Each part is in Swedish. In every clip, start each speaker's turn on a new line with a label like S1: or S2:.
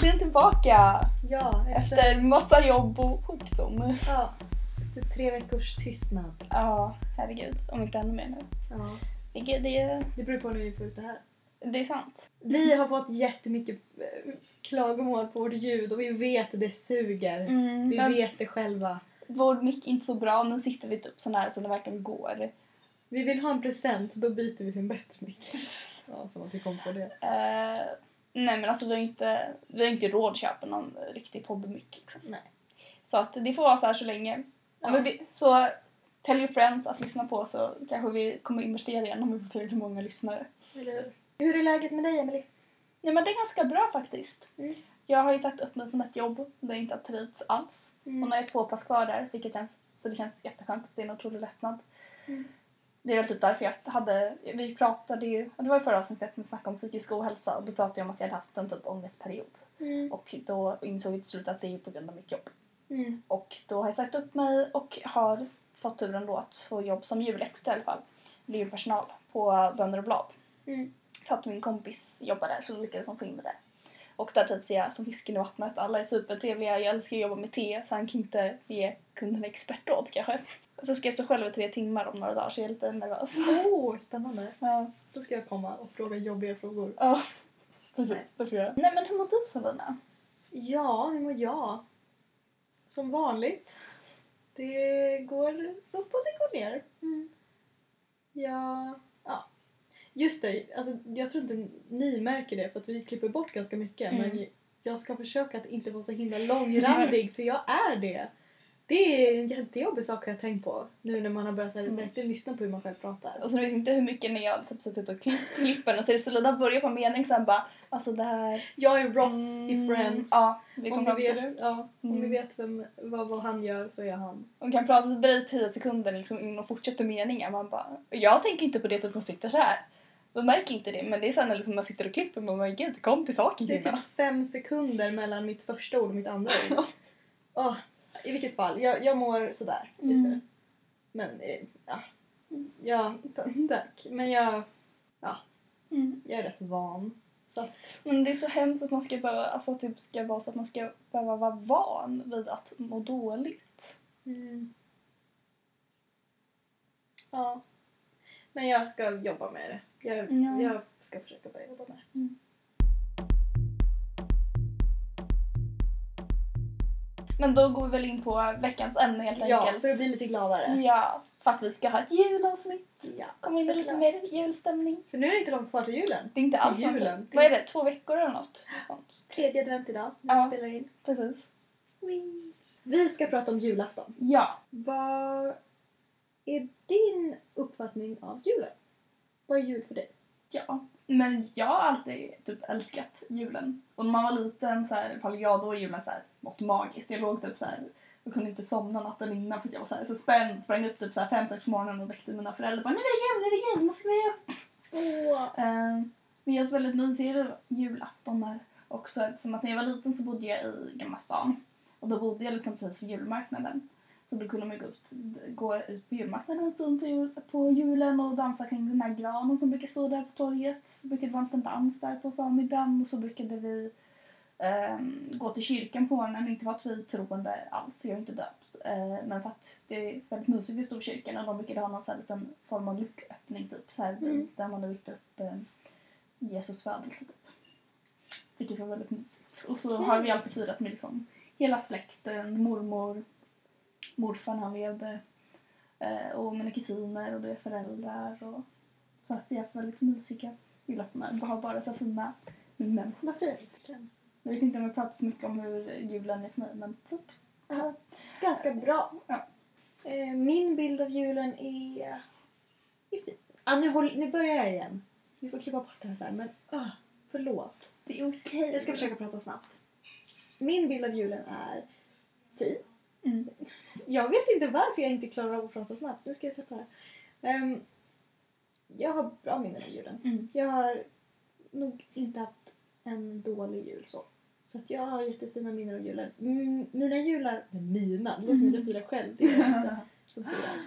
S1: tillbaka
S2: Ja, efter,
S1: efter massa jobb och sjukdom.
S2: Ja, efter tre veckors tystnad.
S1: Ja, herregud. Om inte ännu mer nu.
S2: Ja.
S1: Det, det,
S2: Det beror på när vi får ut det här.
S1: det är sant.
S2: Vi har fått jättemycket eh, klagomål på vårt ljud och vi vet att det suger.
S1: Mm,
S2: Vi
S1: men
S2: vet det själva.
S1: vår mick är inte så bra. Nu sitter vi typ så nära så det verkligen går.
S2: Vi vill ha en present, då byter vi till en bättre mick. Ja, som att vi kom på det.
S1: Eh, nej men alltså vi har inte, vi har inte råd att köpa någon riktig poddmick. Liksom.
S2: Nej.
S1: Så att det får vara så här så länge. Om
S2: Ja.
S1: vi, så tell your friends att lyssna på så kanske vi kommer investera igen om vi får tillräckligt många lyssnare.
S2: Eller hur? Hur är läget med dig, Emelie?
S1: Nej men det är ganska bra faktiskt.
S2: Mm.
S1: Jag har ju sagt upp mig från ett jobb där jag inte har trivts alls.
S2: Mm.
S1: Och nu har jag två pass kvar där, vilket känns, så det känns jätteskönt. Det är en otrolig lättnad.
S2: Mm.
S1: Det är väl typ därför jag hade, vi pratade ju, ja, det var i förra avsnittet när vi snackade om psykisk ohälsa och då pratade jag om att jag hade haft en typ ångestperiod.
S2: Mm.
S1: Och då insåg jag till slut att det är på grund av mitt jobb.
S2: Mm.
S1: Och då har jag sagt upp mig och har fått turen då att få jobb som julextra i alla fall. Eller julpersonal på Bönder och Blad.
S2: Mm.
S1: För att min kompis jobbar där så då lyckades hon få in mig där. Och där typ ser jag som fisken i vattnet. Alla är supertrevliga. Jag älskar att jobba med te så han kan inte ge kunderna expertråd kanske. Och så ska jag stå själv i tre timmar om några dagar så jag är lite nervös.
S2: Oh, spännande.
S1: Ja,
S2: Då ska jag komma och fråga jobbiga frågor.
S1: ja. precis. Det får jag. Nej men hur mår du Solina?
S2: Ja, hur mår jag? Som vanligt. Det går upp och det går ner.
S1: Mm.
S2: Ja, ja. Just det, alltså, jag tror inte ni märker det för att vi klipper bort ganska mycket.
S1: Mm.
S2: Men jag ska försöka att inte vara så himla långrandig för jag är det. Det är en jättejobbig sak jag har tänkt på nu när man har börjat så här,
S1: Mm.
S2: verkligen lyssna på hur man själv pratar.
S1: Och sen vet jag inte hur mycket när jag typ suttit och klippt klippen och så är det Solina börjar på en mening sen bara alltså det här...
S2: Jag är Ross i Friends.
S1: Mm, Ja, vi kom
S2: om ni
S1: fram till.
S2: vet, ja, om ni
S1: Mm.
S2: vet vem, vad, vad han gör så är jag han.
S1: Hon kan prata så drygt 10 sekunder liksom in och fortsätter meningen. Man bara, jag tänker inte på det att hon sitter så här. Man märker inte det men det är sen när liksom man sitter och klipper och man bara gud kom till saken
S2: Det är
S1: kvinna.
S2: typ fem sekunder mellan mitt första ord och mitt andra ord. Åh, I vilket fall, jag, jag mår sådär just nu.
S1: Mm.
S2: Men eh, ja, ja t- tack. Men jag,
S1: Mm.
S2: jag är rätt van. Så att,
S1: Men det är så hemskt att man ska behöva, alltså att det ska vara så att man ska behöva vara van vid att må dåligt. Mm.
S2: ja. Men jag ska jobba med det. Jag,
S1: Ja.
S2: jag ska försöka börja jobba med det.
S1: Mm. Men då går vi väl in på veckans ämne helt
S2: Ja,
S1: enkelt.
S2: för att bli lite gladare.
S1: Ja, för att vi ska ha ett julavsnitt.
S2: Ja,
S1: Komma in i lite
S2: såklart.
S1: mer julstämning.
S2: För nu är det inte långt kvar till julen.
S1: Det är inte
S2: Till
S1: alls någonting.
S2: julen.
S1: Vad är det? Två veckor eller något sånt?
S2: Tredje advent idag,
S1: när vi Ja.
S2: spelar in.
S1: Precis.
S2: Vi ska prata om julafton.
S1: Ja.
S2: Vad är din uppfattning av julen? Vad är jul för dig?
S1: Ja. Men jag har alltid typ älskat julen. Och när man var liten så här, i alla fall jag, då var julen så här, något magiskt. Jag låg typ så här och kunde inte somna natten innan för att jag var så här så spänd. Sprang upp typ så här fem, sex på morgonen och väckte mina föräldrar. Bara, nu är det jul, nu är det jul, nu måste vi upp.
S2: Åh,
S1: Eh, Men jag har ett väldigt mysigare julaftonar också eftersom att när jag var liten så bodde jag i Gamla stan. Och då bodde jag liksom precis vid julmarknaden. Så då kunde man gå ut, gå ut på julmarknaden en stund på, jul, på julen och dansa kring den här granen som brukar stå där på torget. Så brukade det vara en liten dans där på förmiddagen och så brukade vi ehm, gå till kyrkan på morgonen. Inte för att vi är troende alls, jag är inte döpt. Eh, men för att det är väldigt mysigt i Storkyrkan och de brukade ha någon sån här liten form av lucköppning typ. Så här,
S2: Mm.
S1: Där man har vikt upp eh, Jesus födelse typ. Vilket var väldigt mysigt. Och så har vi alltid firat med liksom hela släkten, mormor, morfar när han levde. Eh, och mina kusiner och deras föräldrar. Och, så att jag har haft väldigt mysiga julaftonar. Jag har bara så fina minnen.
S2: vad fint.
S1: Jag vet inte om jag pratar så mycket om hur julen är för mig, men typ.
S2: Ja, Ganska bra.
S1: Ja.
S2: Eh, Min bild av julen är... är fin. Ah, nu, håll, nu börjar jag igen. Vi får klippa bort det här sen, men ah, förlåt.
S1: Det är okej.
S2: Jag ska försöka prata snabbt. Min bild av julen är fin.
S1: Mm.
S2: Jag vet inte varför jag inte klarar av att prata snabbt. Nu ska jag släppa det här. Ehm, jag har bra minnen av julen.
S1: Mm.
S2: Jag har nog inte haft en dålig jul så. Så att jag har jättefina minnen av julen. Mm, mina jular... Men mina? Det låter som att jag firar själv. Det gör jag inte. Som tur är.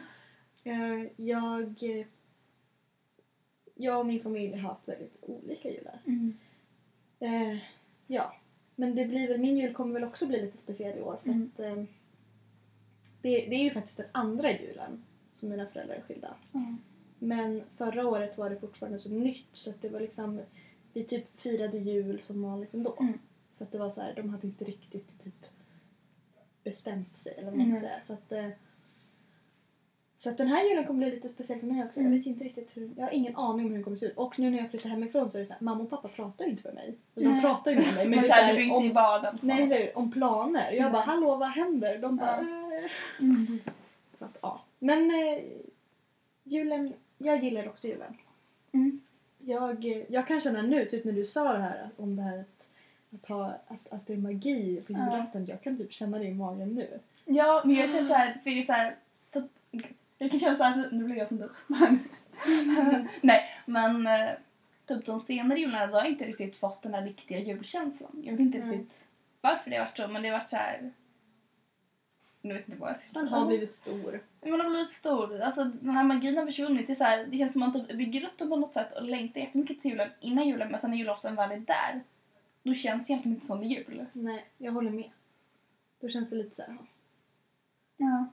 S2: Eh, Jag... Mm. Jag och min familj har haft väldigt olika jular.
S1: Mm.
S2: Eh, ja. Men det blir väl, min jul kommer väl också bli lite speciell i år för
S1: Mm.
S2: att eh, det, det är ju faktiskt den andra julen som mina föräldrar är skilda.
S1: Mm.
S2: Men förra året var det fortfarande så nytt så att det var liksom vi typ firade jul som vanligt ändå.
S1: Mm.
S2: För att det var så här, de hade inte riktigt typ bestämt sig eller vad man ska
S1: Mm.
S2: säga. Så att, eh, så att den här julen kommer bli lite speciell för mig också. Jag
S1: Mm.
S2: vet inte riktigt hur, jag har ingen aning om hur den kommer se ut. Och nu när jag flyttar hemifrån så är det så här, mamma och pappa pratar ju inte med mig. De
S1: Nej.
S2: pratar ju med mig men
S1: Men
S2: det är
S1: så
S2: så
S1: här, du är
S2: här,
S1: inte
S2: om
S1: i vardagen på
S2: Nej,
S1: samma
S2: så är det,
S1: sätt.
S2: om planer. Jag bara,
S1: Mm.
S2: hallå vad händer? De bara, "Eh."
S1: Mm.
S2: Så att, ja. Men eh, julen, jag gillar också julen.
S1: Mm.
S2: Jag, eh, jag kan känna nu, typ när du sa det här om det här att, att, ha, att, att det är magi på
S1: Ja.
S2: julafton. Jag kan typ känna det i magen nu.
S1: Ja, men jag känner så
S2: Mm.
S1: här, för det är så här, typ, jag kan känna så här, för- nu blir jag som du. Nej, men eh, typ de senare jularna då har jag inte riktigt fått den där riktiga julkänslan. Jag vet inte
S2: Mm.
S1: riktigt varför det har varit så, men det har varit så här... Nu vet jag inte vad jag ska
S2: Man
S1: säga.
S2: har blivit stor.
S1: Man har blivit stor. Alltså, den här magin har försvunnit. Det, är så här, det känns som att man typ bygger upp den på något sätt och längtar jättemycket till julen innan julen, men sen när julafton väl är där, då känns det egentligen inte som det är jul.
S2: Nej, jag håller med. Då känns det lite så här. ja.
S1: Ja.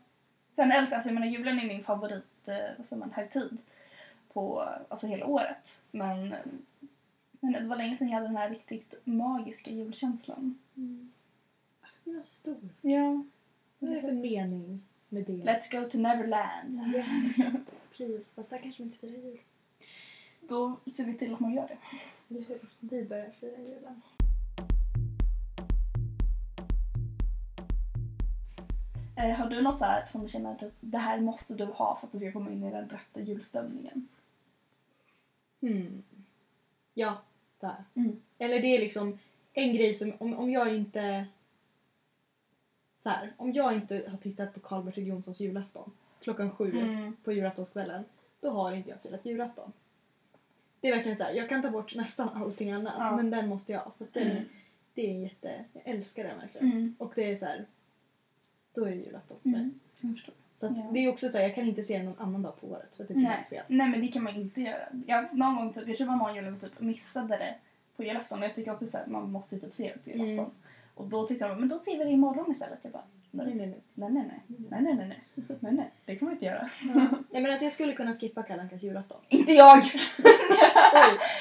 S1: Sen älskar alltså, jag, menar, julen är min favorit eh, vad säger man, högtid på alltså, hela året. Men, eh, men det var länge sedan jag hade den här riktigt magiska julkänslan.
S2: Mm. Jag är stor.
S1: Ja. Mm.
S2: Vad är det för mening med det?
S1: Let's go to Neverland.
S2: Yes. Please. Fast där kanske vi inte firar jul.
S1: Då ser vi till att man gör det.
S2: Eller hur? Vi börjar fira julen.
S1: Eh, har du något så här som du känner att det här måste du ha för att du ska komma in i den rätta julstämningen?
S2: Hmm. Ja, där.
S1: Mm.
S2: Eller det är liksom en grej som om, om jag inte... Så här, om jag inte har tittat på Karl-Bertil Jonssons julafton klockan sju
S1: Mm.
S2: på julaftonskvällen, då har inte jag firat julafton. Det är verkligen så här, jag kan ta bort nästan allting annat,
S1: Ja.
S2: men den måste jag ha, för att den,
S1: Mm.
S2: det är en jätte... Jag älskar den verkligen.
S1: Mm.
S2: Och det är så här, då är det julafton för mig.
S1: Mm. Jag förstår.
S2: Så att
S1: Ja.
S2: det är också så här, jag kan inte se den någon annan dag på året för att det blir
S1: Nej.
S2: fel.
S1: Nej men det kan man inte göra. Jag, någon gång typ, jag tror det var någon jul jag typ missade det på julafton och jag tycker också att man måste ju typ se det på julafton.
S2: Mm.
S1: Och då tyckte de men då ser vi det imorgon istället. Jag bara nej
S2: Nej,
S1: nej
S2: nej, nej.
S1: nej nej nej nej nej nej, nej, nej. det kan man inte göra.
S2: nej men alltså jag skulle kunna skippa Kalle Ankas julafton.
S1: inte jag!
S2: Oj,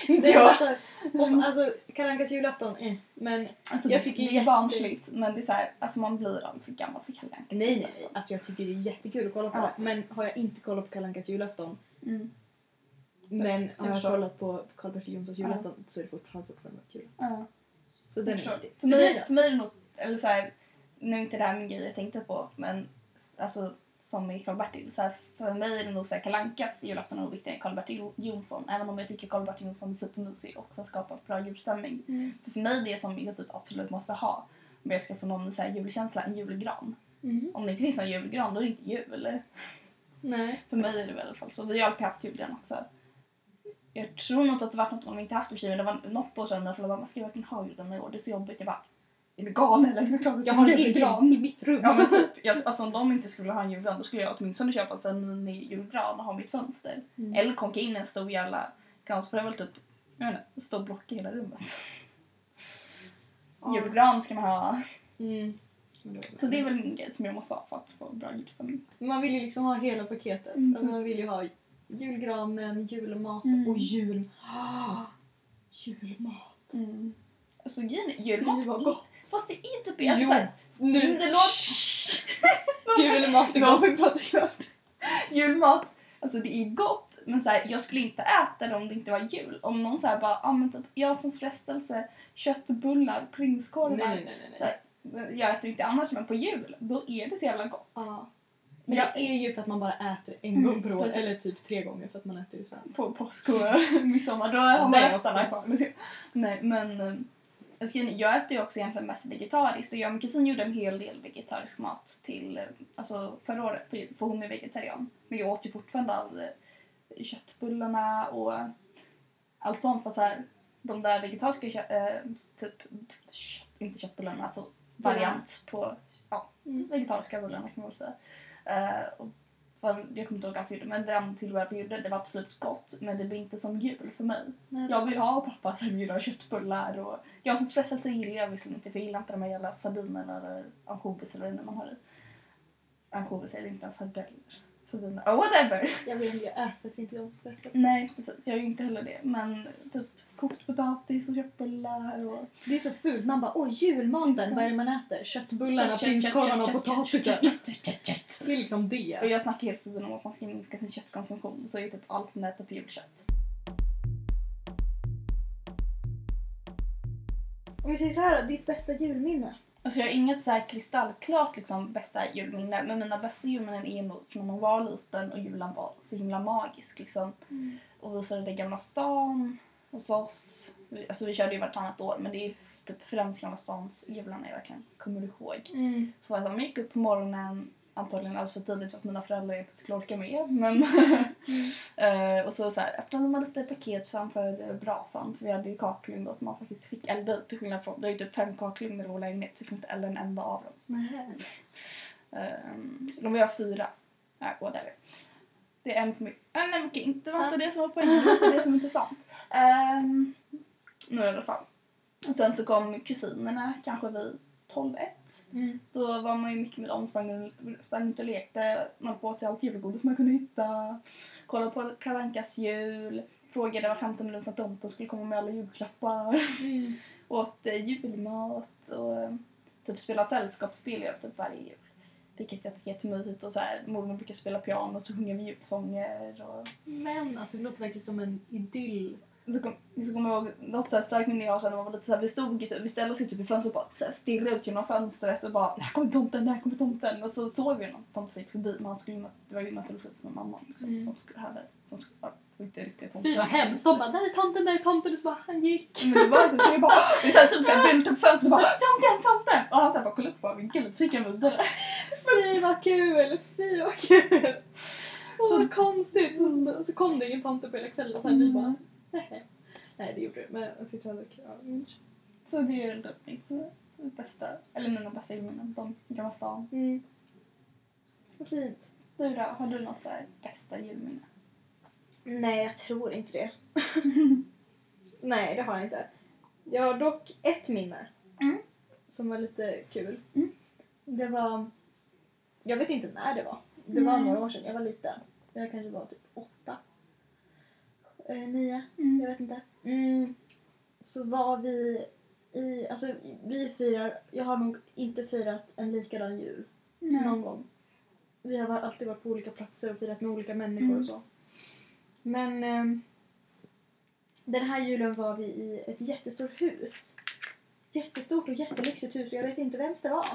S1: inte
S2: det är
S1: jag!
S2: alltså, om, alltså Kalle Ankas julafton, eh, men
S1: Alltså,
S2: jag
S1: det-
S2: tycker
S1: det är
S2: jätte-
S1: barnsligt men det är så här, alltså man blir aldrig för gammal för Kalle Ankas
S2: nej, nej, nej.
S1: julafton.
S2: Alltså jag tycker det är jättekul att kolla på.
S1: Ja.
S2: Men har jag inte kollat på Kalle Ankas julafton,
S1: Mm.
S2: men har jag
S1: förstår.
S2: kollat på Karl-Bertil Jonssons julafton så är det fortfarande, fortfarande kul.
S1: Ja.
S2: Så den
S1: förstår.
S2: är viktig.
S1: Mm. För,
S2: För dig
S1: mig,
S2: då?
S1: för mig är det något, eller så här, nu är inte det här min grej jag tänkte på, men alltså som i Karl-Bertil, så här, för mig är det nog så här, Kalle Ankas julafton nog viktigare än Karl-Bertil Jonsson, även om jag tycker Karl-Bertil Jonsson är supermysig och ska skapa bra julstämning.
S2: Mm.
S1: För, för mig är det som jag typ absolut måste ha om jag ska få någon så här, julkänsla, en julgran.
S2: Mhm.
S1: Om det inte finns någon julgran då är det inte jul.
S2: Nej.
S1: För mig är det väl i alla fall så. Vi har alltid haft julgran också. Jag tror nog inte att det varit något om vi inte haft i och för sig, men det var något år sedan när jag frågade mamma ska jag verkligen ha julgran i år? Det är så jobbigt. Jag bara, är du galen eller? Hur klarar du
S2: Jag
S1: sig
S2: har
S1: med
S2: en gran i mitt rum.
S1: Ja men typ, jag, alltså om de inte skulle ha en julgran då skulle jag åtminstone köpa en sån här mini-julgran och ha mitt fönster.
S2: Mm.
S1: Eller konka in en stor jävla gran så får jag väl typ, jag vet inte, en stor block i hela rummet.
S2: Ja.
S1: Julgran ska man ha.
S2: Mm.
S1: Så det är väl en grej som jag måste ha för att få bra julstämning.
S2: Man vill ju liksom ha hela paketet.
S1: Mm,
S2: alltså man vill ju ha julgranen, julmat
S1: Mm.
S2: och jul... Ah, julmat.
S1: Mm. Alltså grejen är,
S2: Fy, vad
S1: julmat
S2: gott.
S1: är- Fast det är typ inte
S2: Jo.
S1: bäst. Jo. Mm, det
S2: låter... Julmat är
S1: Någon
S2: gott.
S1: har ju pratat klart. Julmat, alltså det är gott men så här, jag skulle inte äta det om det inte var jul. Om någon så här bara, ah, men typ, jag har som frestelse köttbullar, prinskorvar.
S2: Nej, nej, nej. nej.
S1: Så här, men Jag äter inte annars men på jul, då är det så jävla gott.
S2: Ja. Men
S1: Jag-
S2: det är ju för att man bara äter en
S1: Mm,
S2: gång per år,
S1: precis.
S2: eller typ tre gånger för att man äter ju sen.
S1: På påsk och midsommar, då har man
S2: Det
S1: resterna
S2: också.
S1: kvar. Men så- Nej men, eh, jag, ska, jag äter ju också egentligen mest vegetariskt och jag och min kusin gjorde en hel del vegetarisk mat till eh, alltså förra året, på jul, för hon är vegetarian. Men jag åt ju fortfarande av eh, köttbullarna och allt sånt. För så här, de där vegetariska kö- eh, typ, kött, inte köttbullarna, alltså variant på ja,
S2: Mm.
S1: vegetariska bullarna kan man väl säga. Eh, och, fast för jag kommer inte ihåg allt vi gjorde, men den tillbehör vi gjorde, det var absolut gott. Men det blir inte som jul för mig.
S2: Nej,
S1: Jag vill ha pappa som gör köttbullar och jag som stressar så gillar jag visserligen inte för jag gillar inte de här jävla sardinerna eller ansjovis eller vad det nu man har i. Ansjovis eller inte ens sardeller. Sardiner. Oh, whatever!
S2: Jag vet inte, jag äter faktiskt inte jag så stressad.
S1: Nej precis, jag gör ju inte heller det. Men typ kokt potatis och köttbullar och...
S2: Det är så fult. Man bara åh julmaten, vad är det man äter? Köttbullarna, prinskorvarna och potatisen.
S1: Kött, kött, kött, kött.
S2: Det är liksom det.
S1: Och jag snackar hela tiden om att man ska minska sin köttkonsumtion så är typ allt man äter på julkött.
S2: Om vi säger så här då, ditt bästa julminne?
S1: Alltså jag har inget så här kristallklart liksom bästa julminne men mina bästa julminnen är nog från när man var liten och julen var så himla magisk liksom. Och vi firade Gamla stan hos oss. Vi, alltså vi körde ju vartannat år men det är ju f- typ främst Gamla stans jularna jag verkligen kommer ihåg.
S2: Mm.
S1: Så att man gick upp på morgonen, antagligen alldeles för tidigt för att mina föräldrar inte skulle orka med. Men, Eh, och så, så här, öppnade man lite paket framför eh, brasan för vi hade ju kakelugn då som man faktiskt fick elda i till skillnad från, det är ju typ fem kakelugnar i vår lägenhet så vi fick inte elda en enda av dem.
S2: Nej.
S1: Um, de var jag fyra. Ja, whatever. Det är en på min... Ah, nej, okej, inte var inte
S2: Ja.
S1: det som var poängen, det var inte det som är intressant. Um, nu i alla fall. Och sen så kom kusinerna, kanske vid 12-1.
S2: Mm.
S1: Då var man ju mycket med dem, sprang, runt- sprang ut och lekte, man på sig allt julgodis man kunde hitta, kollade på Kalle Ankas jul, frågade var 15 minuter att tomten skulle komma med alla julklappar
S2: Mm.
S1: åt eh, julmat och eh, typ spela sällskapsspel gör jag typ varje jul. Vilket jag tycker är jättemysigt och så här, mormor brukar spela piano och så sjunger vi julsånger och
S2: Men alltså det låter verkligen som en idyll.
S1: så kom- så kommer jag ihåg något så här starkt minne jag har sen när man var lite så här, vi stod ju typ- vi ställde oss ju typ i fönstret och bara så här, stirrade ut genom fönstret och bara där kommer tomten, där kommer tomten och så såg vi någon tomte som gick förbi men han skulle ju nat- det var ju naturligtvis min mamma liksom,
S2: Mm.
S1: som skulle hade som skulle, ja, det var inte riktigt tomten.
S2: Fy alltså. vad hemskt. De bara där är tomten, där är tomten. Och så bara han gick.
S1: Men det var liksom så jag bara vi så här stod såhär bunt upp fönstret och bara tomten, tomten! Och han såhär bara kollade upp och bara men gud så gick han vidare.
S2: Fy vad kul! Fy vad kul! Och så
S1: Så-
S2: konstigt. Så, så kom det ingen tomte på hela kvällen. Så här, vi bara nej. Nej det gjorde det. Men jag tyckte det var kul. Ja. mm.
S1: Så det är väl typ mitt bästa, eller mina bästa julminnen från Gamla stan.
S2: Mm. Vad fint.
S1: Du då, har du något så här bästa julminne?
S2: Nej, jag tror inte det. Nej, det har jag inte. Jag har dock ett minne
S1: Mm.
S2: som var lite kul.
S1: Mm.
S2: Det var... Jag vet inte när det var. Det var
S1: Nej.
S2: några år sedan. Jag var liten. Jag kanske var typ åtta. Eh, nio.
S1: Mm.
S2: Jag vet inte. Mm. Så var vi i... Alltså, vi firar... Jag har nog inte firat en likadan jul någon gång. Vi har var- alltid varit på olika platser och firat med olika människor
S1: Mm.
S2: och så. Men ehm, den här julen var vi i ett jättestort hus. Jättestort och jättelyxigt hus och jag vet inte vems det var.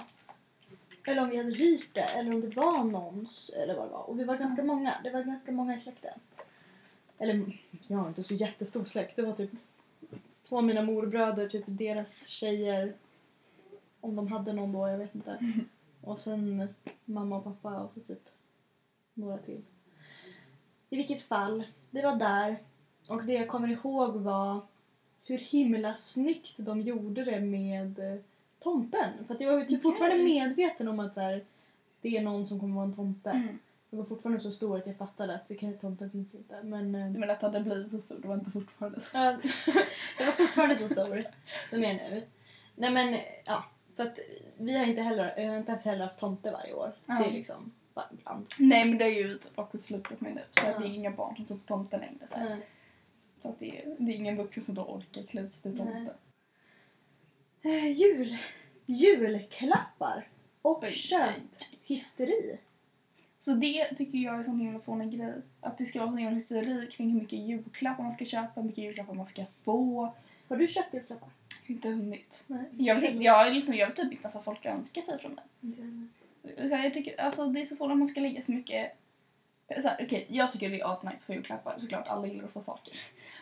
S2: Eller om vi hade hyrt det eller om det var någons eller vad det var. Och vi var ganska många. Det var ganska många i släkten. Eller jag har inte så jättestor släkt. Det var typ två av mina morbröder, typ deras tjejer. Om de hade någon då, jag vet inte.
S1: Mm.
S2: Och sen mamma och pappa och så typ några till. I vilket fall, vi var där och det jag kommer ihåg var hur himla snyggt de gjorde det med eh, tomten. För att jag var ju typ
S1: Okej.
S2: fortfarande medveten om att så här, det är någon som kommer vara en tomte.
S1: Mm.
S2: Jag var fortfarande så stor att jag fattade att det kan, tomten finns inte. Men, eh,
S1: Du menar att det hade blivit så stor, det var inte fortfarande så
S2: Ja, jag var fortfarande så stor som jag är nu. Nej men, ja. För att vi har inte heller, jag har inte haft heller haft tomte varje år.
S1: Ja.
S2: Det är liksom bara ibland.
S1: Nej men det är ju typ också slutat med nu. Så
S2: Ja.
S1: det är inga barn som tog tomten längre. Så, här. så att det, är, det är ingen vuxen som då orkar klä ut sig till
S2: Nej.
S1: tomten.
S2: Eh, jul. Julklappar. Och
S1: Oj.
S2: köphysteri.
S1: Så det tycker jag är en sån himla fånig grej. Att det ska vara sån himla hysteri kring hur mycket julklappar man ska köpa, hur mycket julklappar man ska få.
S2: Har du köpt julklappar?
S1: Jag har inte hunnit.
S2: Nej.
S1: Jag vet, inte- jag, är liksom, jag vet typ inte ens vad folk önskar sig från mig.
S2: Inte heller.
S1: Så här, jag tycker, alltså, det är så fånigt att man ska lägga så mycket... Så här, okej, jag tycker det är asnice att få julklappar. Såklart, alla gillar att få saker.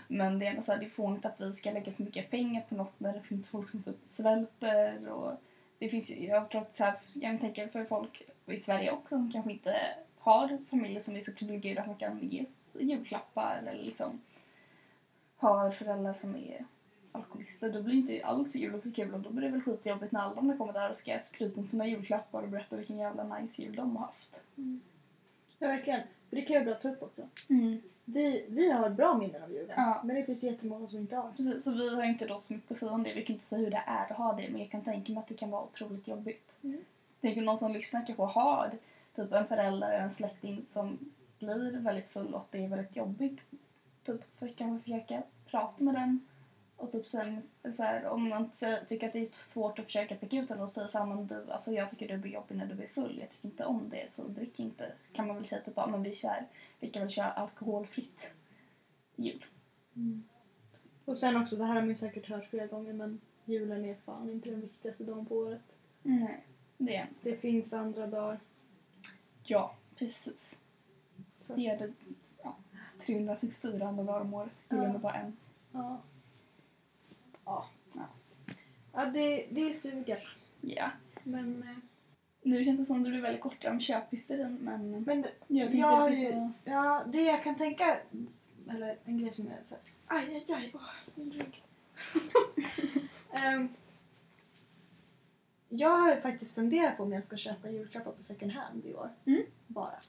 S1: Men det är ändå så här, det är fånigt att vi ska lägga så mycket pengar på något när det finns folk som typ svälter. Och det finns, ju- jag tror att så här, jag tänker för folk i Sverige också som kanske inte har familjer som är så privilegierade att man kan ge s- julklappar eller liksom har föräldrar som är alkoholister, då blir det inte alls julen så kul och då blir det väl skitjobbigt när alla andra kommer där och ska skryta om sina julklappar och berätta vilken jävla nice jul de har haft.
S2: Ja, verkligen. För det kan jag bra ta upp också.
S1: Mm.
S2: Vi, vi har bra minnen av julen.
S1: Ja.
S2: Men det finns jättemånga som inte har.
S1: Precis, så vi har inte då så mycket att säga om det. Vi kan inte säga hur det är att ha det, men jag kan tänka mig att det kan vara otroligt jobbigt.
S2: Mm.
S1: Tänker någon som lyssnar kanske har typ en förälder eller en släkting som blir väldigt full och att det är väldigt jobbigt. Typ för, kan man försöka prata med den och typ sen, så här, om man säger, tycker att det är svårt att försöka peka ut den och säga så här, men du, alltså jag tycker du blir jobbig när du blir full, jag tycker inte om det, så drick inte. Så kan man väl säga typ, ja men vi kör, vi kan väl köra alkoholfritt jul. Mm.
S2: Och sen också, det här har man ju säkert hört flera gånger men julen är fan inte den viktigaste dagen på året.
S1: Nej, det är
S2: Det finns andra dagar.
S1: Ja, precis.
S2: Så
S1: Det är
S2: att-
S1: det ja, 364 andra dagar om året. Skulle
S2: Ja.
S1: det vara en.
S2: Ja. Ja.
S1: Ja.
S2: Ja, det, det suger.
S1: Ja.
S2: Men, eh,
S1: Nu känns det som att du blir väldigt kort om köphysterin, men
S2: men det,
S1: jag tänkte
S2: Jag har
S1: att vi
S2: ju-
S1: får-
S2: ja, det jag kan tänka, eller en grej som jag såhär, aj, aj, aj, åh, min rygg. Ehm, jag har ju faktiskt funderat på om jag ska köpa julklappar på second hand i år.
S1: Mm.
S2: Bara.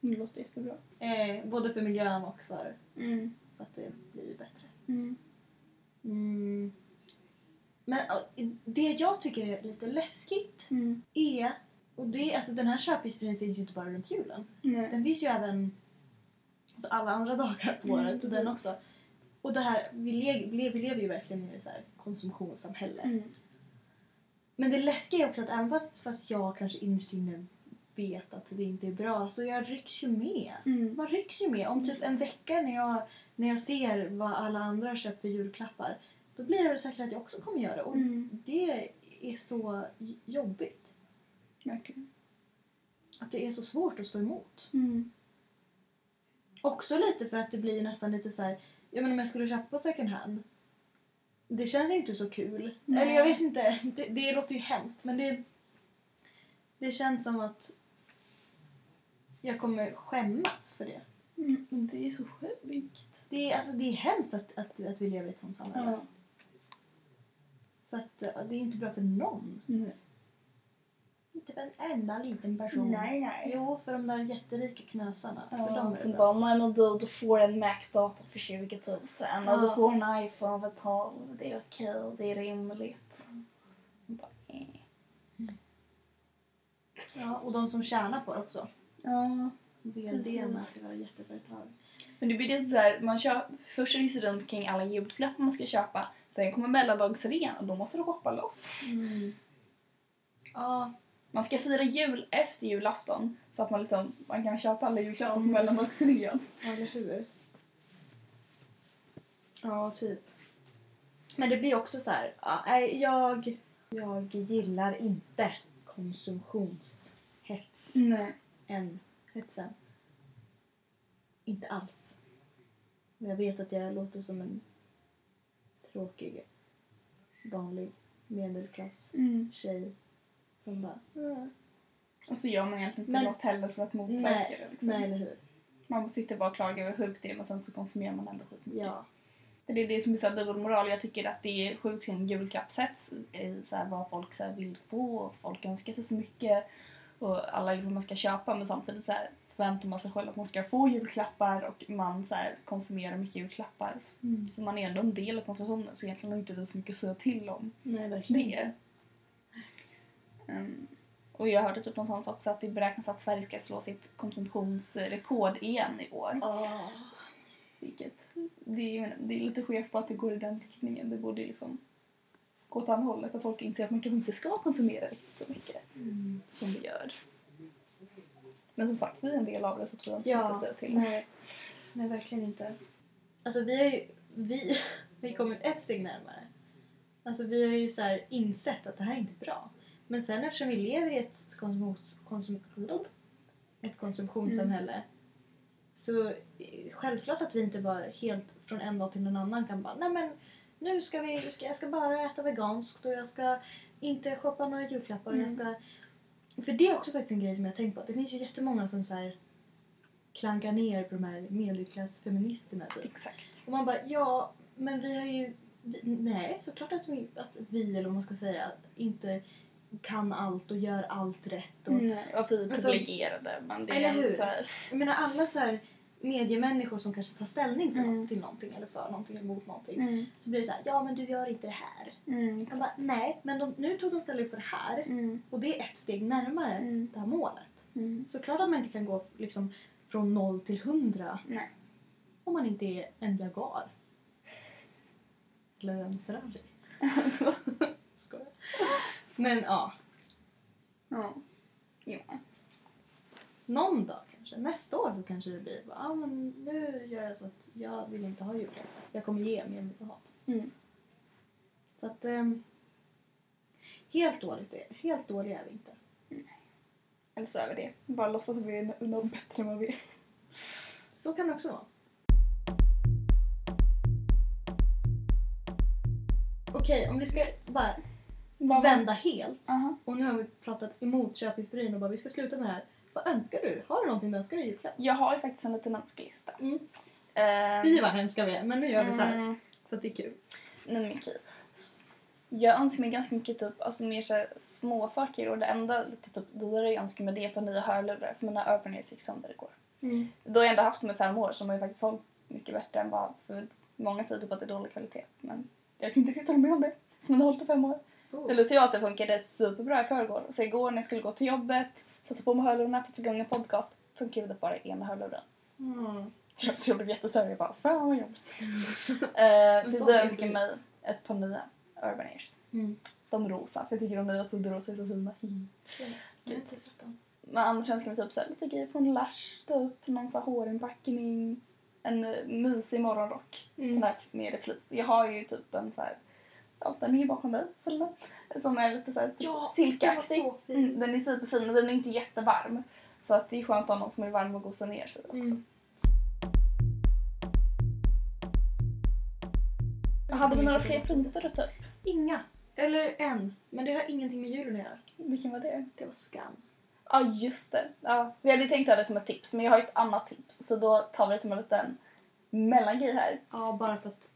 S1: Det låter jättebra.
S2: Eh, både för miljön och för,
S1: Mm.
S2: för att det blir bättre.
S1: Mm.
S2: Mm. Men ja, det jag tycker är lite läskigt
S1: Mm.
S2: är... E, Och det, alltså den här köphysterin finns ju inte bara runt julen.
S1: Nej.
S2: Den finns ju även alltså alla andra dagar på
S1: Mm,
S2: året. och den
S1: precis.
S2: också. Och det här, vi, le, le, vi lever ju verkligen i ett så här konsumtionssamhälle.
S1: Mm.
S2: Men det läskiga är också att även fast, fast jag kanske innerst inne vet att det inte är bra så jag rycks ju med.
S1: Mm.
S2: Man rycks ju med. Om typ en vecka när jag, när jag ser vad alla andra har köpt för julklappar då blir det väl säkert att jag också kommer göra det. Och
S1: Mm.
S2: det är så j- jobbigt.
S1: Verkligen.
S2: Att det är så svårt att stå emot.
S1: Mm.
S2: Också lite för att det blir nästan lite så här... Jag menar om jag skulle köpa på second hand det känns ju inte så kul.
S1: Nej.
S2: Eller jag vet inte, det, det låter ju hemskt men det, det känns som att jag kommer skämmas för det.
S1: Mm. Det är så sjukt.
S2: Det är, alltså, det är hemskt att, att, att vi lever i ett sånt samhälle.
S1: Ja.
S2: För att eh, det är inte bra för någon.
S1: Nej.
S2: Inte för en enda liten person.
S1: nej.
S2: Jo, för de där jätterika knösarna. för
S1: Ja,
S2: dem
S1: och
S2: är det
S1: sen
S2: bra.
S1: bara, nej men du, du får en Mac-dator för 20 000 och
S2: Ja.
S1: du får en iPhone för 12. Det är okej, det är rimligt. Och Bara, eh.
S2: Ja, och de som tjänar på det också.
S1: Ja.
S2: VDn
S1: Precis.
S2: till våra jätteföretag.
S1: Men det blir lite såhär, man kör, först är det ju runt kring alla julklappar man ska köpa. Sen kommer mellandagsrean och då måste du shoppa loss.
S2: Mm. Ja,
S1: Man ska fira jul efter julafton så att man, liksom, man kan köpa alla julklappar på mellandagsrean.
S2: eller hur? Ja, typ. Men det blir också så här... Ja, nej, jag, jag gillar inte konsumtionshets.
S1: Nej.
S2: än hetsen. Inte alls. Och jag vet att jag låter som en tråkig, vanlig medelklass
S1: Mm.
S2: tjej som bara...
S1: Och så gör man egentligen inte
S2: Men-
S1: något heller för att motverka det.
S2: Nej,
S1: Liksom.
S2: nej, eller hur?
S1: Man sitter bara och klagar över hur sjukt det är men sen så konsumerar man ändå skitmycket.
S2: Ja.
S1: För Det är det som är så här dubbelmoral. Jag tycker att det är sjukt hur en julklapp sätts i så här vad folk så här vill få och folk önskar sig så mycket och alla vill vad man ska köpa men samtidigt så här förväntar man sig själv att man ska få julklappar och man så här konsumerar mycket julklappar. Så man är ändå en del av konsumtionen så egentligen har inte vi så mycket att säga till om
S2: Nej, verkligen.
S1: det. Ehm, och jag hörde typ någonstans också att det beräknas att Sverige ska slå sitt konsumtionsrekord igen i år.
S2: Ja.
S1: Vilket, det är, ju- det är lite skevt på att det går i den riktningen. Det borde liksom gå åt andra hållet. Att folk inser att man kanske inte ska konsumera riktigt så mycket
S2: Mm.
S1: som vi gör. Men som sagt, vi är en del av det så tror jag inte
S2: Ja.
S1: vi ska säga till.
S2: Nej. nej, verkligen inte. Alltså vi har ju vi, vi har kommit ett steg närmare. Alltså vi har ju så här insett att det här är inte bra. Men sen eftersom vi lever i ett, konsum- konsum- ett konsumtionssamhälle så eh, självklart att vi inte bara helt från en dag till en annan kan bara nej men nu ska vi, ska, jag ska bara äta veganskt och jag ska inte shoppa några julklappar. och Jag ska... För det är också faktiskt en grej som jag har tänkt på. att Det finns ju jättemånga som så här klankar ner på de här medelklassfeministerna typ.
S1: Exakt.
S2: Och man bara, ja, men vi har ju... Vi, nej, såklart att vi, att vi, eller vad man ska säga, att inte kan allt och gör allt rätt. Och,
S1: Nej, och vi är
S2: Alltså-
S1: privilegierade. Men det
S2: Eller
S1: är ändå
S2: hur?
S1: så här,
S2: Jag menar alla så här mediemänniskor som kanske tar ställning för
S1: Mm.
S2: till någonting eller för någonting eller mot någonting.
S1: mm,
S2: Så blir det så här, ja men du gör inte det här.
S1: mm,
S2: Jag bara, nej, men de, nu tog de ställning för det här
S1: mm,
S2: och det är ett steg närmare
S1: Mm.
S2: det här målet.
S1: mm.
S2: Såklart att man inte kan gå f- liksom, från noll till hundra
S1: Nej.
S2: om man inte är en jagar. Eller en Ferrari. Skojar. Men ja,
S1: Ja. Jo.
S2: någon dag kanske. Nästa år så kanske det blir bara, ah, men nu gör jag så att jag vill inte ha julklappar. Jag kommer ge men jag vill inte ha det.
S1: Mm.
S2: Så att ehm, helt, dåligt, är- helt dåliga är vi inte.
S1: Eller så är vi det. Bara låtsas att vi är något bättre än vad vi är.
S2: Så kan det också vara. Okej, om vi ska bara
S1: Bara-
S2: vända helt.
S1: Aha.
S2: Och nu har vi pratat emot köphysterin och bara vi ska sluta med det här. Vad önskar du? Har du någonting du önskar dig i julklapp?
S1: Jag har ju faktiskt en liten önskelista.
S2: Mm.
S1: Ehm,
S2: Fy vad hemska vi är, men nu gör vi så här.
S1: mm,
S2: För att det är kul.
S1: Nej men okej. Jag önskar mig ganska mycket typ, alltså mer så här, små saker och det enda lite typ, dyrare jag önskar mig det är på nya hörlurar för mina öronproppar gick sönder igår. Då har jag ändå haft dem i fem år så de har ju faktiskt hållit mycket bättre än vad... För många säger typ att det är dålig kvalitet men jag kan inte riktigt hålla med om det. Men det har hållit i fem år. Det
S2: Oh.
S1: lustiga var att det funkade superbra i förrgår. Så igår när jag skulle gå till jobbet, satte på mig hörlurarna, satte igång en podcast, funkade det bara i ena hörluren.
S2: Mm.
S1: Så jag- Så jag blev jättesur. Jag bara, fan vad jobbigt. Eh, så
S2: sån
S1: då
S2: är
S1: önskar
S2: du.
S1: jag mig ett par nya Urban Airs.
S2: Mm.
S1: De rosa, för jag tycker de nya pudderrosa är så fina.
S2: Jag har inte sett dem.
S1: Men annars önskar jag mig typ så här, lite grejer från Lush, typ någon så här hårinpackning, en eh, mysig morgonrock.
S2: Mm.
S1: Sån där med flis. Jag har ju typ en så här, ja den ligger bakom dig, Selina. Som är lite så här typ
S2: Ja,
S1: silkeaktig.
S2: den var så fin.
S1: Mm, den är superfin men den är inte jättevarm. Så att det är skönt att ha någon som är varm och gosar ner sig också.
S2: Mm.
S1: Hade vi några fler punkter då typ?
S2: Inga. Eller en. Men det har ingenting med julen att göra.
S1: Vilken var det?
S2: Det var skam.
S1: Ja, just det. Ja. Vi hade ju tänkt ha det som ett tips, men jag har ju ett annat tips. Så då tar vi det som en liten mellangrej här.
S2: Ja, bara för att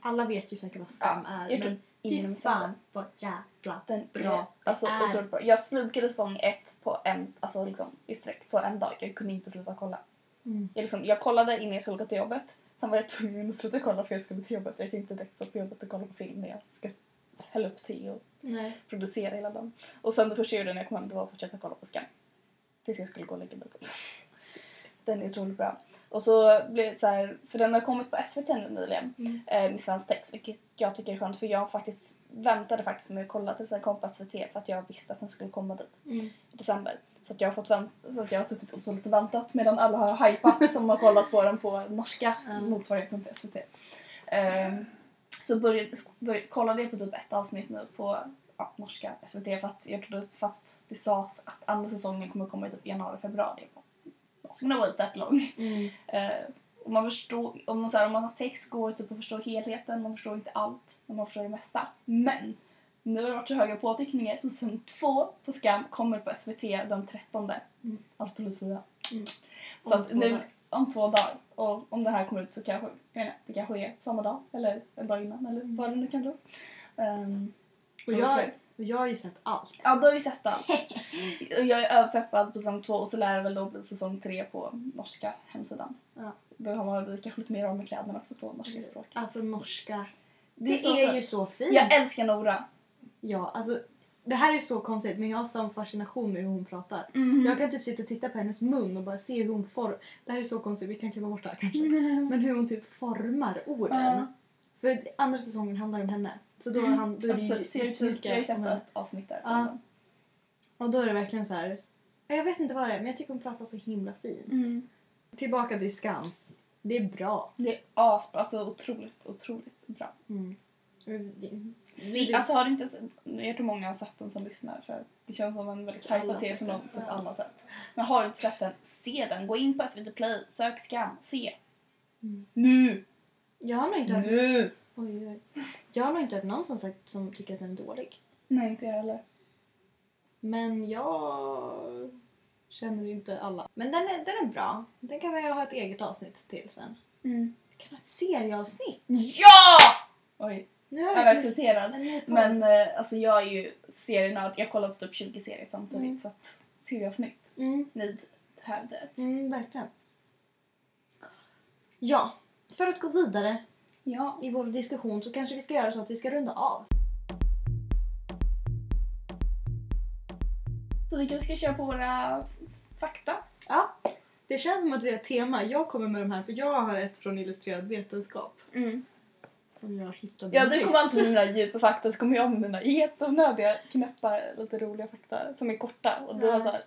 S2: alla vet ju säkert vad skam
S1: Ja,
S2: är.
S1: jag tror
S2: Men
S1: ingen
S2: fy
S1: missar
S2: fan vad jävla
S1: Den är
S2: bra
S1: alltså,
S2: det är.
S1: otroligt bra. Jag slukade säsong ett på en, alltså, liksom, i sträck på en dag. Jag kunde inte sluta kolla.
S2: Mm.
S1: Jag, liksom, jag kollade innan jag skulle gå till jobbet. Sen var jag tvungen att sluta kolla för jag skulle till jobbet. Jag kan inte direkt stå på jobbet och kolla på film när jag ska s- hälla upp te och
S2: Nej.
S1: producera hela dagen. Och sen det första jag gjorde när jag kom hem det var att fortsätta kolla på Skam. Tills jag skulle gå och lägga mig typ. Den är otroligt bra. Och så blev det så här, för den har kommit på SVT nu nyligen
S2: Mm.
S1: eh, med svensk text vilket jag tycker är skönt för jag faktiskt väntade faktiskt med att kolla tills den kom på SVT för att jag visste att den skulle komma dit
S2: Mm.
S1: i december. Så att jag har fått vänta, så att jag har suttit och lite väntat medan alla har hypat som har kollat på den på norska
S2: Mm.
S1: motsvarigheten till SVT. Ehm, så började, började, kollade jag på typ ett avsnitt nu på ja, norska SVT för att jag trodde för att det sades att andra säsongen kommer komma i typ januari, februari. Jag skulle nog wait that long.
S2: Mm.
S1: Eh, om, man förstår, om, man, så här, om man har text går det typ att förstå helheten, man förstår inte allt, men man förstår det mesta. Men nu har det varit så höga påtryckningar så säsong två på Skam kommer på SVT den 13.
S2: Mm.
S1: Alltså på Lucia.
S2: Mm.
S1: Så
S2: Om
S1: att
S2: två
S1: nu,
S2: dagar.
S1: om två dagar. Och om det här kommer ut så kanske, jag vet inte, det kanske är samma dag eller en dag innan eller vad det nu kan bli. Ehm,
S2: Och,
S1: får vi
S2: jag,
S1: se.
S2: och jag har ju sett allt.
S1: Ja, då har vi sett allt. Och jag är överpeppad på säsong två och så lär det väl då bli säsong tre på norska hemsidan.
S2: Ja.
S1: Då har man väl kanske lite mer av med kläderna också på norska språket.
S2: Alltså norska. Det,
S1: är så
S2: är,
S1: skönt.
S2: ju så fint.
S1: Jag älskar Nora.
S2: Ja, alltså det här är så konstigt men jag har sån fascination med hur hon pratar.
S1: Mm.
S2: Jag kan typ sitta och titta på hennes mun och bara se hur hon form... Det här är så konstigt, vi kan klippa bort det här kanske. Men hur hon typ formar orden.
S1: Mm. Ja.
S2: För andra säsongen handlar ju om henne. Så då,
S1: Mm,
S2: han, då är det ju
S1: Absolut. Så jag, har ju precis- jag har ju sett ett avsnitt där.
S2: Ja. Och då är det verkligen så här. Ja, Jag vet inte vad det är men jag tycker hon pratar så himla fint.
S1: Mm.
S2: Tillbaka till skam. Det är bra.
S1: Det är asbra. Alltså otroligt, otroligt bra.
S2: Mm. Se-
S1: Alltså har du inte sett, jag tror många har sett den som lyssnar för det känns som en väldigt
S2: Jag tror alla
S1: hypad
S2: har
S1: serie
S2: sett
S1: som
S2: den.
S1: någon, typ alla har sett. Men har du inte sett den, se den. Gå in på SVT Play, sök Skam, se.
S2: Mm.
S1: Nu!
S2: Jag har nog inte hört...
S1: Nu!
S2: Oj, oj. Jag har nog inte hört någon som sagt som tycker att den är dålig.
S1: Nej, inte jag heller.
S2: Men jag känner inte alla. Men den är, den är bra. Den kan vi ha
S1: Mm.
S2: ett eget avsnitt till sen. Vi kan ha ett serieavsnitt!
S1: Ja! Oj,
S2: Nu har jag verkligen...
S1: överaccepterad. Men eh, alltså jag är ju serienörd. Jag kollar på typ 20 serier samtidigt
S2: Mm.
S1: så att ser jag snyggt.
S2: Mm,
S1: Need to have that.
S2: mm, verkligen. Ja, för att gå vidare
S1: Ja.
S2: i vår diskussion så kanske vi ska göra så att vi ska runda av.
S1: Så vi kanske ska köra på våra fakta.
S2: Ja. Det känns som att vi har ett tema. Jag kommer med de här för jag har ett från Illustrerad Vetenskap.
S1: Mm.
S2: Som jag hittade
S1: Ja, du
S2: nyss.
S1: kommer alltid med mina djupa fakta så kommer jag med mina jätteonödiga, knäppa, lite roliga fakta som är korta och du har
S2: Ja.
S1: så här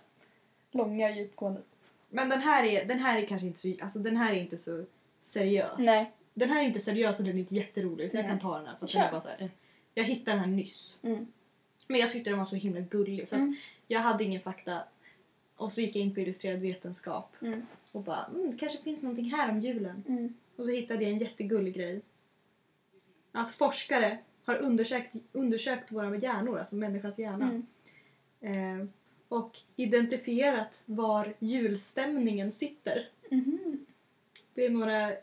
S1: långa, djupgående.
S2: Men den här, är, den här är kanske inte så, alltså den här är inte så seriös.
S1: Nej.
S2: Den här är inte seriös och den är inte jätterolig så jag
S1: Nej.
S2: kan ta den här för att
S1: Kör.
S2: den är bara så här, eh. Jag hittade den här nyss.
S1: Mm.
S2: Men jag tyckte den var så himla gullig för att
S1: Mm.
S2: jag hade ingen fakta. Och så gick jag in på Illustrerad Vetenskap
S1: Mm.
S2: och bara mm, det kanske finns någonting här om julen.
S1: Mm.
S2: Och så hittade jag en jättegullig grej. Att forskare har undersökt, undersökt våra hjärnor, alltså människans hjärna.
S1: Mm.
S2: Eh, och identifierat var julstämningen sitter.
S1: Mhm.
S2: Det är några eh,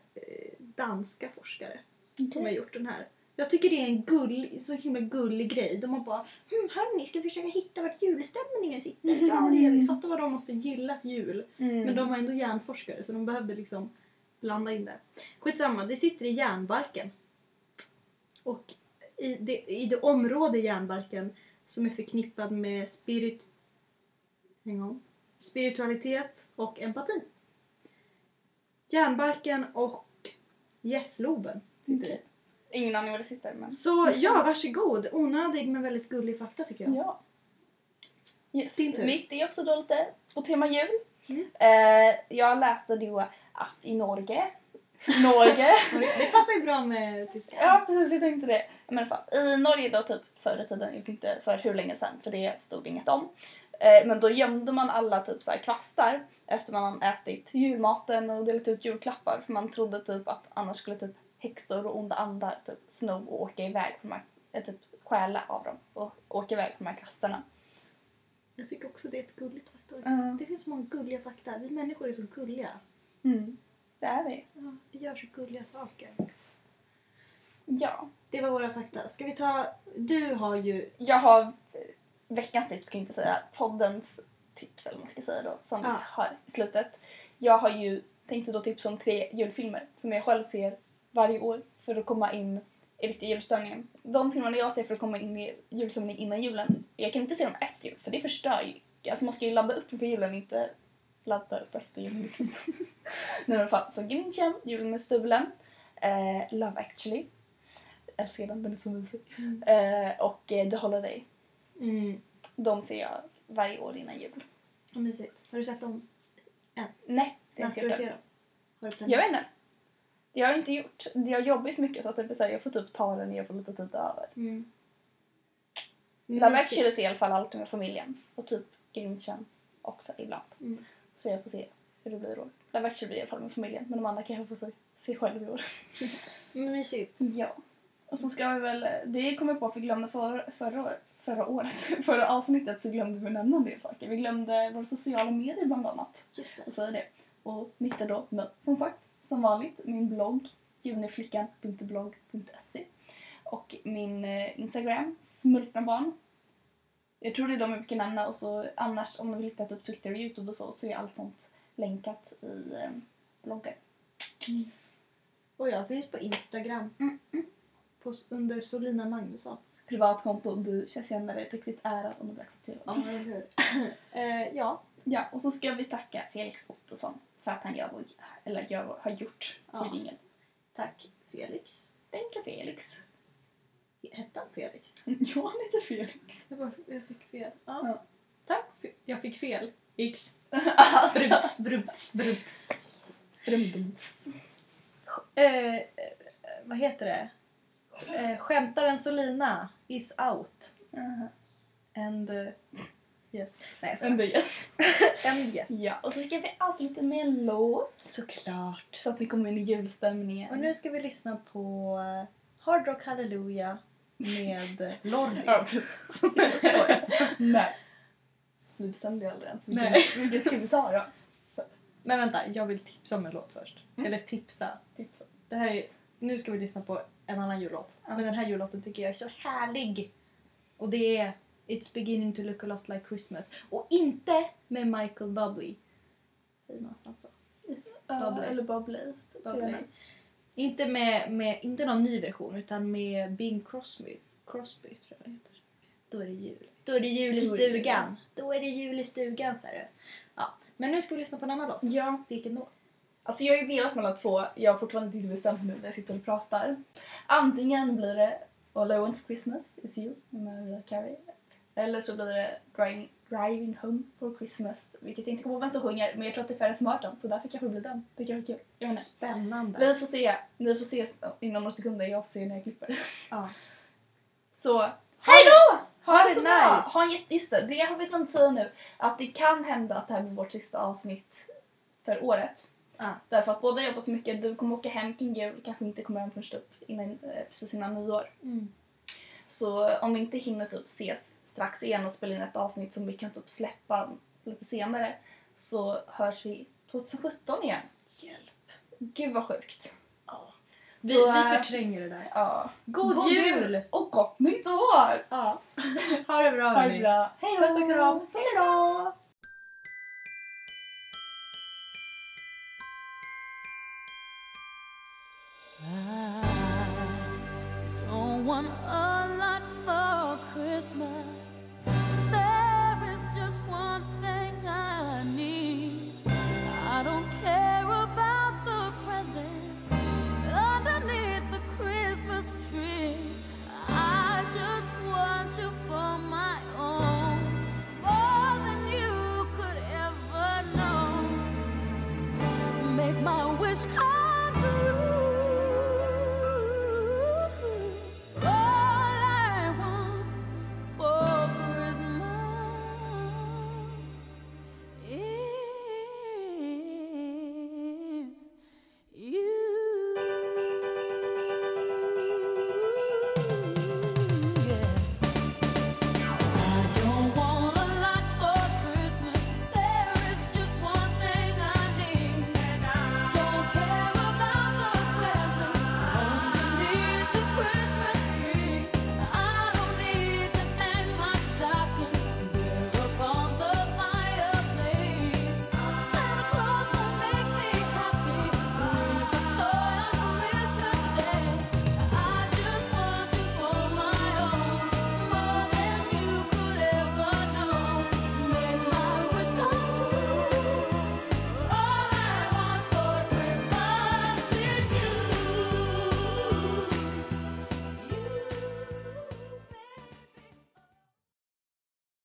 S2: danska forskare som har
S1: Okej.
S2: gjort den här. Jag tycker det är en gull, så himla gullig grej. De har bara hm, hörni, ska vi försöka hitta vart julstämningen sitter? Ja, det gör vi. Fattar vad de måste gillat jul.
S1: Mm.
S2: Men de var ändå hjärnforskare så de behövde liksom blanda in det. Skitsamma, det sitter i hjärnbarken. Och i det, i det område i hjärnbarken som är förknippad med spirit... Häng om. Spiritualitet och empati. Hjärnbarken och gässloben sitter i.
S1: Okej. Ingen aning var det sitter men...
S2: Så ja, varsågod. Onödig men väldigt gullig fakta tycker jag.
S1: Ja. Yes.
S2: Din tur.
S1: Mitt är också då lite på tema jul.
S2: Mm.
S1: Eh, jag läste då att i Norge... Norge?
S2: Det passar ju bra med tyska.
S1: ja, precis. Jag tänkte det. Men i alla fall, I Norge då typ förr i tiden, jag vet inte för hur länge sedan för det stod inget om. Eh, men då gömde man alla typ så här kvastar efter man ätit julmaten och delat ut julklappar för man trodde typ att annars skulle typ häxor och onda andar typ sno och åka iväg på de här, eh, typ stjäla av dem och åka iväg på de här kvastarna.
S2: Jag tycker också det är ett gulligt fakta.
S1: Ja.
S2: Det finns så många gulliga fakta. Vi människor är så gulliga.
S1: Mm. Det är vi.
S2: Ja, vi gör så gulliga saker.
S1: Ja.
S2: Det var våra fakta. Ska vi ta... Du har ju...
S1: Jag har eh, veckans tips, ska jag inte säga, poddens tips eller vad man ska säga då, som
S2: Ja.
S1: vi har i slutet. Jag har ju tänkte då tipsa om tre julfilmer som jag själv ser varje år för att komma in i riktiga julstämningen. De filmerna jag ser för att komma in i julstämningen innan julen, jag kan inte se dem efter jul för det förstör ju. Alltså man ska ju ladda upp för julen, inte ladda upp efter julen. Liksom. Nej, men fan. Så Grinchen, Julen med stulen, eh, Love actually, älskar den, den är så mysig. Eh, och eh, The Holiday.
S2: Mm.
S1: De ser jag varje år innan jul.
S2: Vad mysigt. Har du sett dem?
S1: Nej, det
S2: När
S1: har
S2: ska
S1: jag
S2: du
S1: inte
S2: se
S1: gjort.
S2: dem? Har du
S1: än.
S2: planerat?
S1: Jag vet inte. Det har jag inte gjort. Jag jobbar ju så mycket så att typ, så här, jag får typ ta den när jag får lite tid över.
S2: Mm.
S1: Love
S2: Mysigt.
S1: actually Mm, ser i alla fall alltid med familjen. Och typ Grinchen också ibland.
S2: Mm.
S1: Så jag får se hur det blir i år. Love actually blir i alla fall med familjen. Men de andra kan jag få se, se själv i år.
S2: Men Mysigt.
S1: Ja. Och så ska vi väl, det kom jag på för vi glömde för, förra, år- förra året, förra avsnittet så glömde vi nämna en del saker. Vi glömde våra sociala medier bland annat.
S2: Just det.
S1: Jag säger det. Och hitta då, men som sagt, som vanligt, min blogg juniflickan.blogg.se och min eh, Instagram, smultnabarn. Jag tror det är de jag brukar nämna och så annars om ni vill hitta typ Twitter och Youtube och så så är allt sånt länkat i eh, bloggen.
S2: Och jag finns på Instagram.
S1: Mm,
S2: På, under Solina Magnusson.
S1: Privatkonto, du ska känna dig riktigt ärad om du blir accepterad.
S2: Ja, eller hur? eh, ja.
S1: Ja, och så ska vi tacka Felix Ottosson för att han gör vår, eller gör vår, har gjort
S2: Ja.
S1: vår jingel.
S2: Tack Felix.
S1: Tänka Felix.
S2: Hette han Felix?
S1: ja, han heter Felix.
S2: Jag, bara, jag fick fel. Ja.
S1: Ja.
S2: Tack. Fe- Jag fick fel. X.
S1: alltså.
S2: Bruts, bruts, bruts. Eh, eh, vad heter det? Eh, skämtaren Solina is out. And... eh, yes. Nej, jag skojar.
S1: yes.
S2: And yes.
S1: Ja, och så ska vi avsluta med en låt
S2: Såklart.
S1: så att ni kommer in i julstämningen.
S2: Och nu ska vi lyssna på eh, Hard Rock Hallelujah med Lordi.
S1: Ja, precis. Nej. Vi bestämde ju aldrig ens vilken,
S2: Nej.
S1: vilken ska vi ta då?
S2: Men vänta, jag vill tipsa om en låt först.
S1: Mm.
S2: Eller tipsa.
S1: Tipsa.
S2: Det här är nu ska vi lyssna på en annan jullåt.
S1: Ja.
S2: Men den här jullåten tycker jag är så härlig. Och det är It's beginning to look a lot like Christmas. Och inte med Michael Bublé. Säger man snabbt så? Bubbly.
S1: Eller Bubblies. typ.
S2: Bubbly. Inte med, med, inte någon ny version utan med Bing Crosby. Crosby tror jag det heter. Då är det jul. Då är det jul i
S1: Då är det jul.
S2: stugan. Då är det jul i stugan säger du. Ja, men nu ska vi lyssna på en annan låt.
S1: Ja.
S2: Vilken då?
S1: Alltså jag har ju velat mellan två. Jag har fortfarande inte bestämt mig när jag sitter och pratar. Antingen blir det All I Want For Christmas Is You med Mariah Carey. Eller så blir det driving, driving Home For Christmas. Vilket jag inte kommer ihåg vem som sjunger men jag tror att det är Ferris Martin. Så därför kanske det blir den. Det kanske är kul. Jag vet inte.
S2: Spännande.
S1: Vi får se. Ni får se inom några sekunder. Jag får se när jag klipper.
S2: Ja.
S1: Så
S2: Hej
S1: då! Ha
S2: Ha
S1: det
S2: det
S1: så bra!
S2: nice.
S1: Ha en jätte... Just det, det har vi glömt säga nu. Att det kan hända att det här blir vårt sista avsnitt för året.
S2: Ja.
S1: Därför att båda jobbar så mycket. Du kommer åka hem kring jul, kanske inte kommer hem förrän typ innan, eh, precis innan nyår.
S2: Mm.
S1: Så om vi inte hinner typ ses strax igen och spela in ett avsnitt som vi kan typ släppa lite senare så hörs vi 2017 igen.
S2: Hjälp.
S1: Gud vad sjukt.
S2: Ja.
S1: Så,
S2: Vi, vi
S1: eh,
S2: förtränger det där.
S1: Ja.
S2: God,
S1: God
S2: jul!
S1: jul och gott nytt år!
S2: Ja. ha det bra
S1: Ha det bra. Hej då!
S2: Puss och kram.
S1: Puss och kram.
S3: I don't want a lot for Christmas.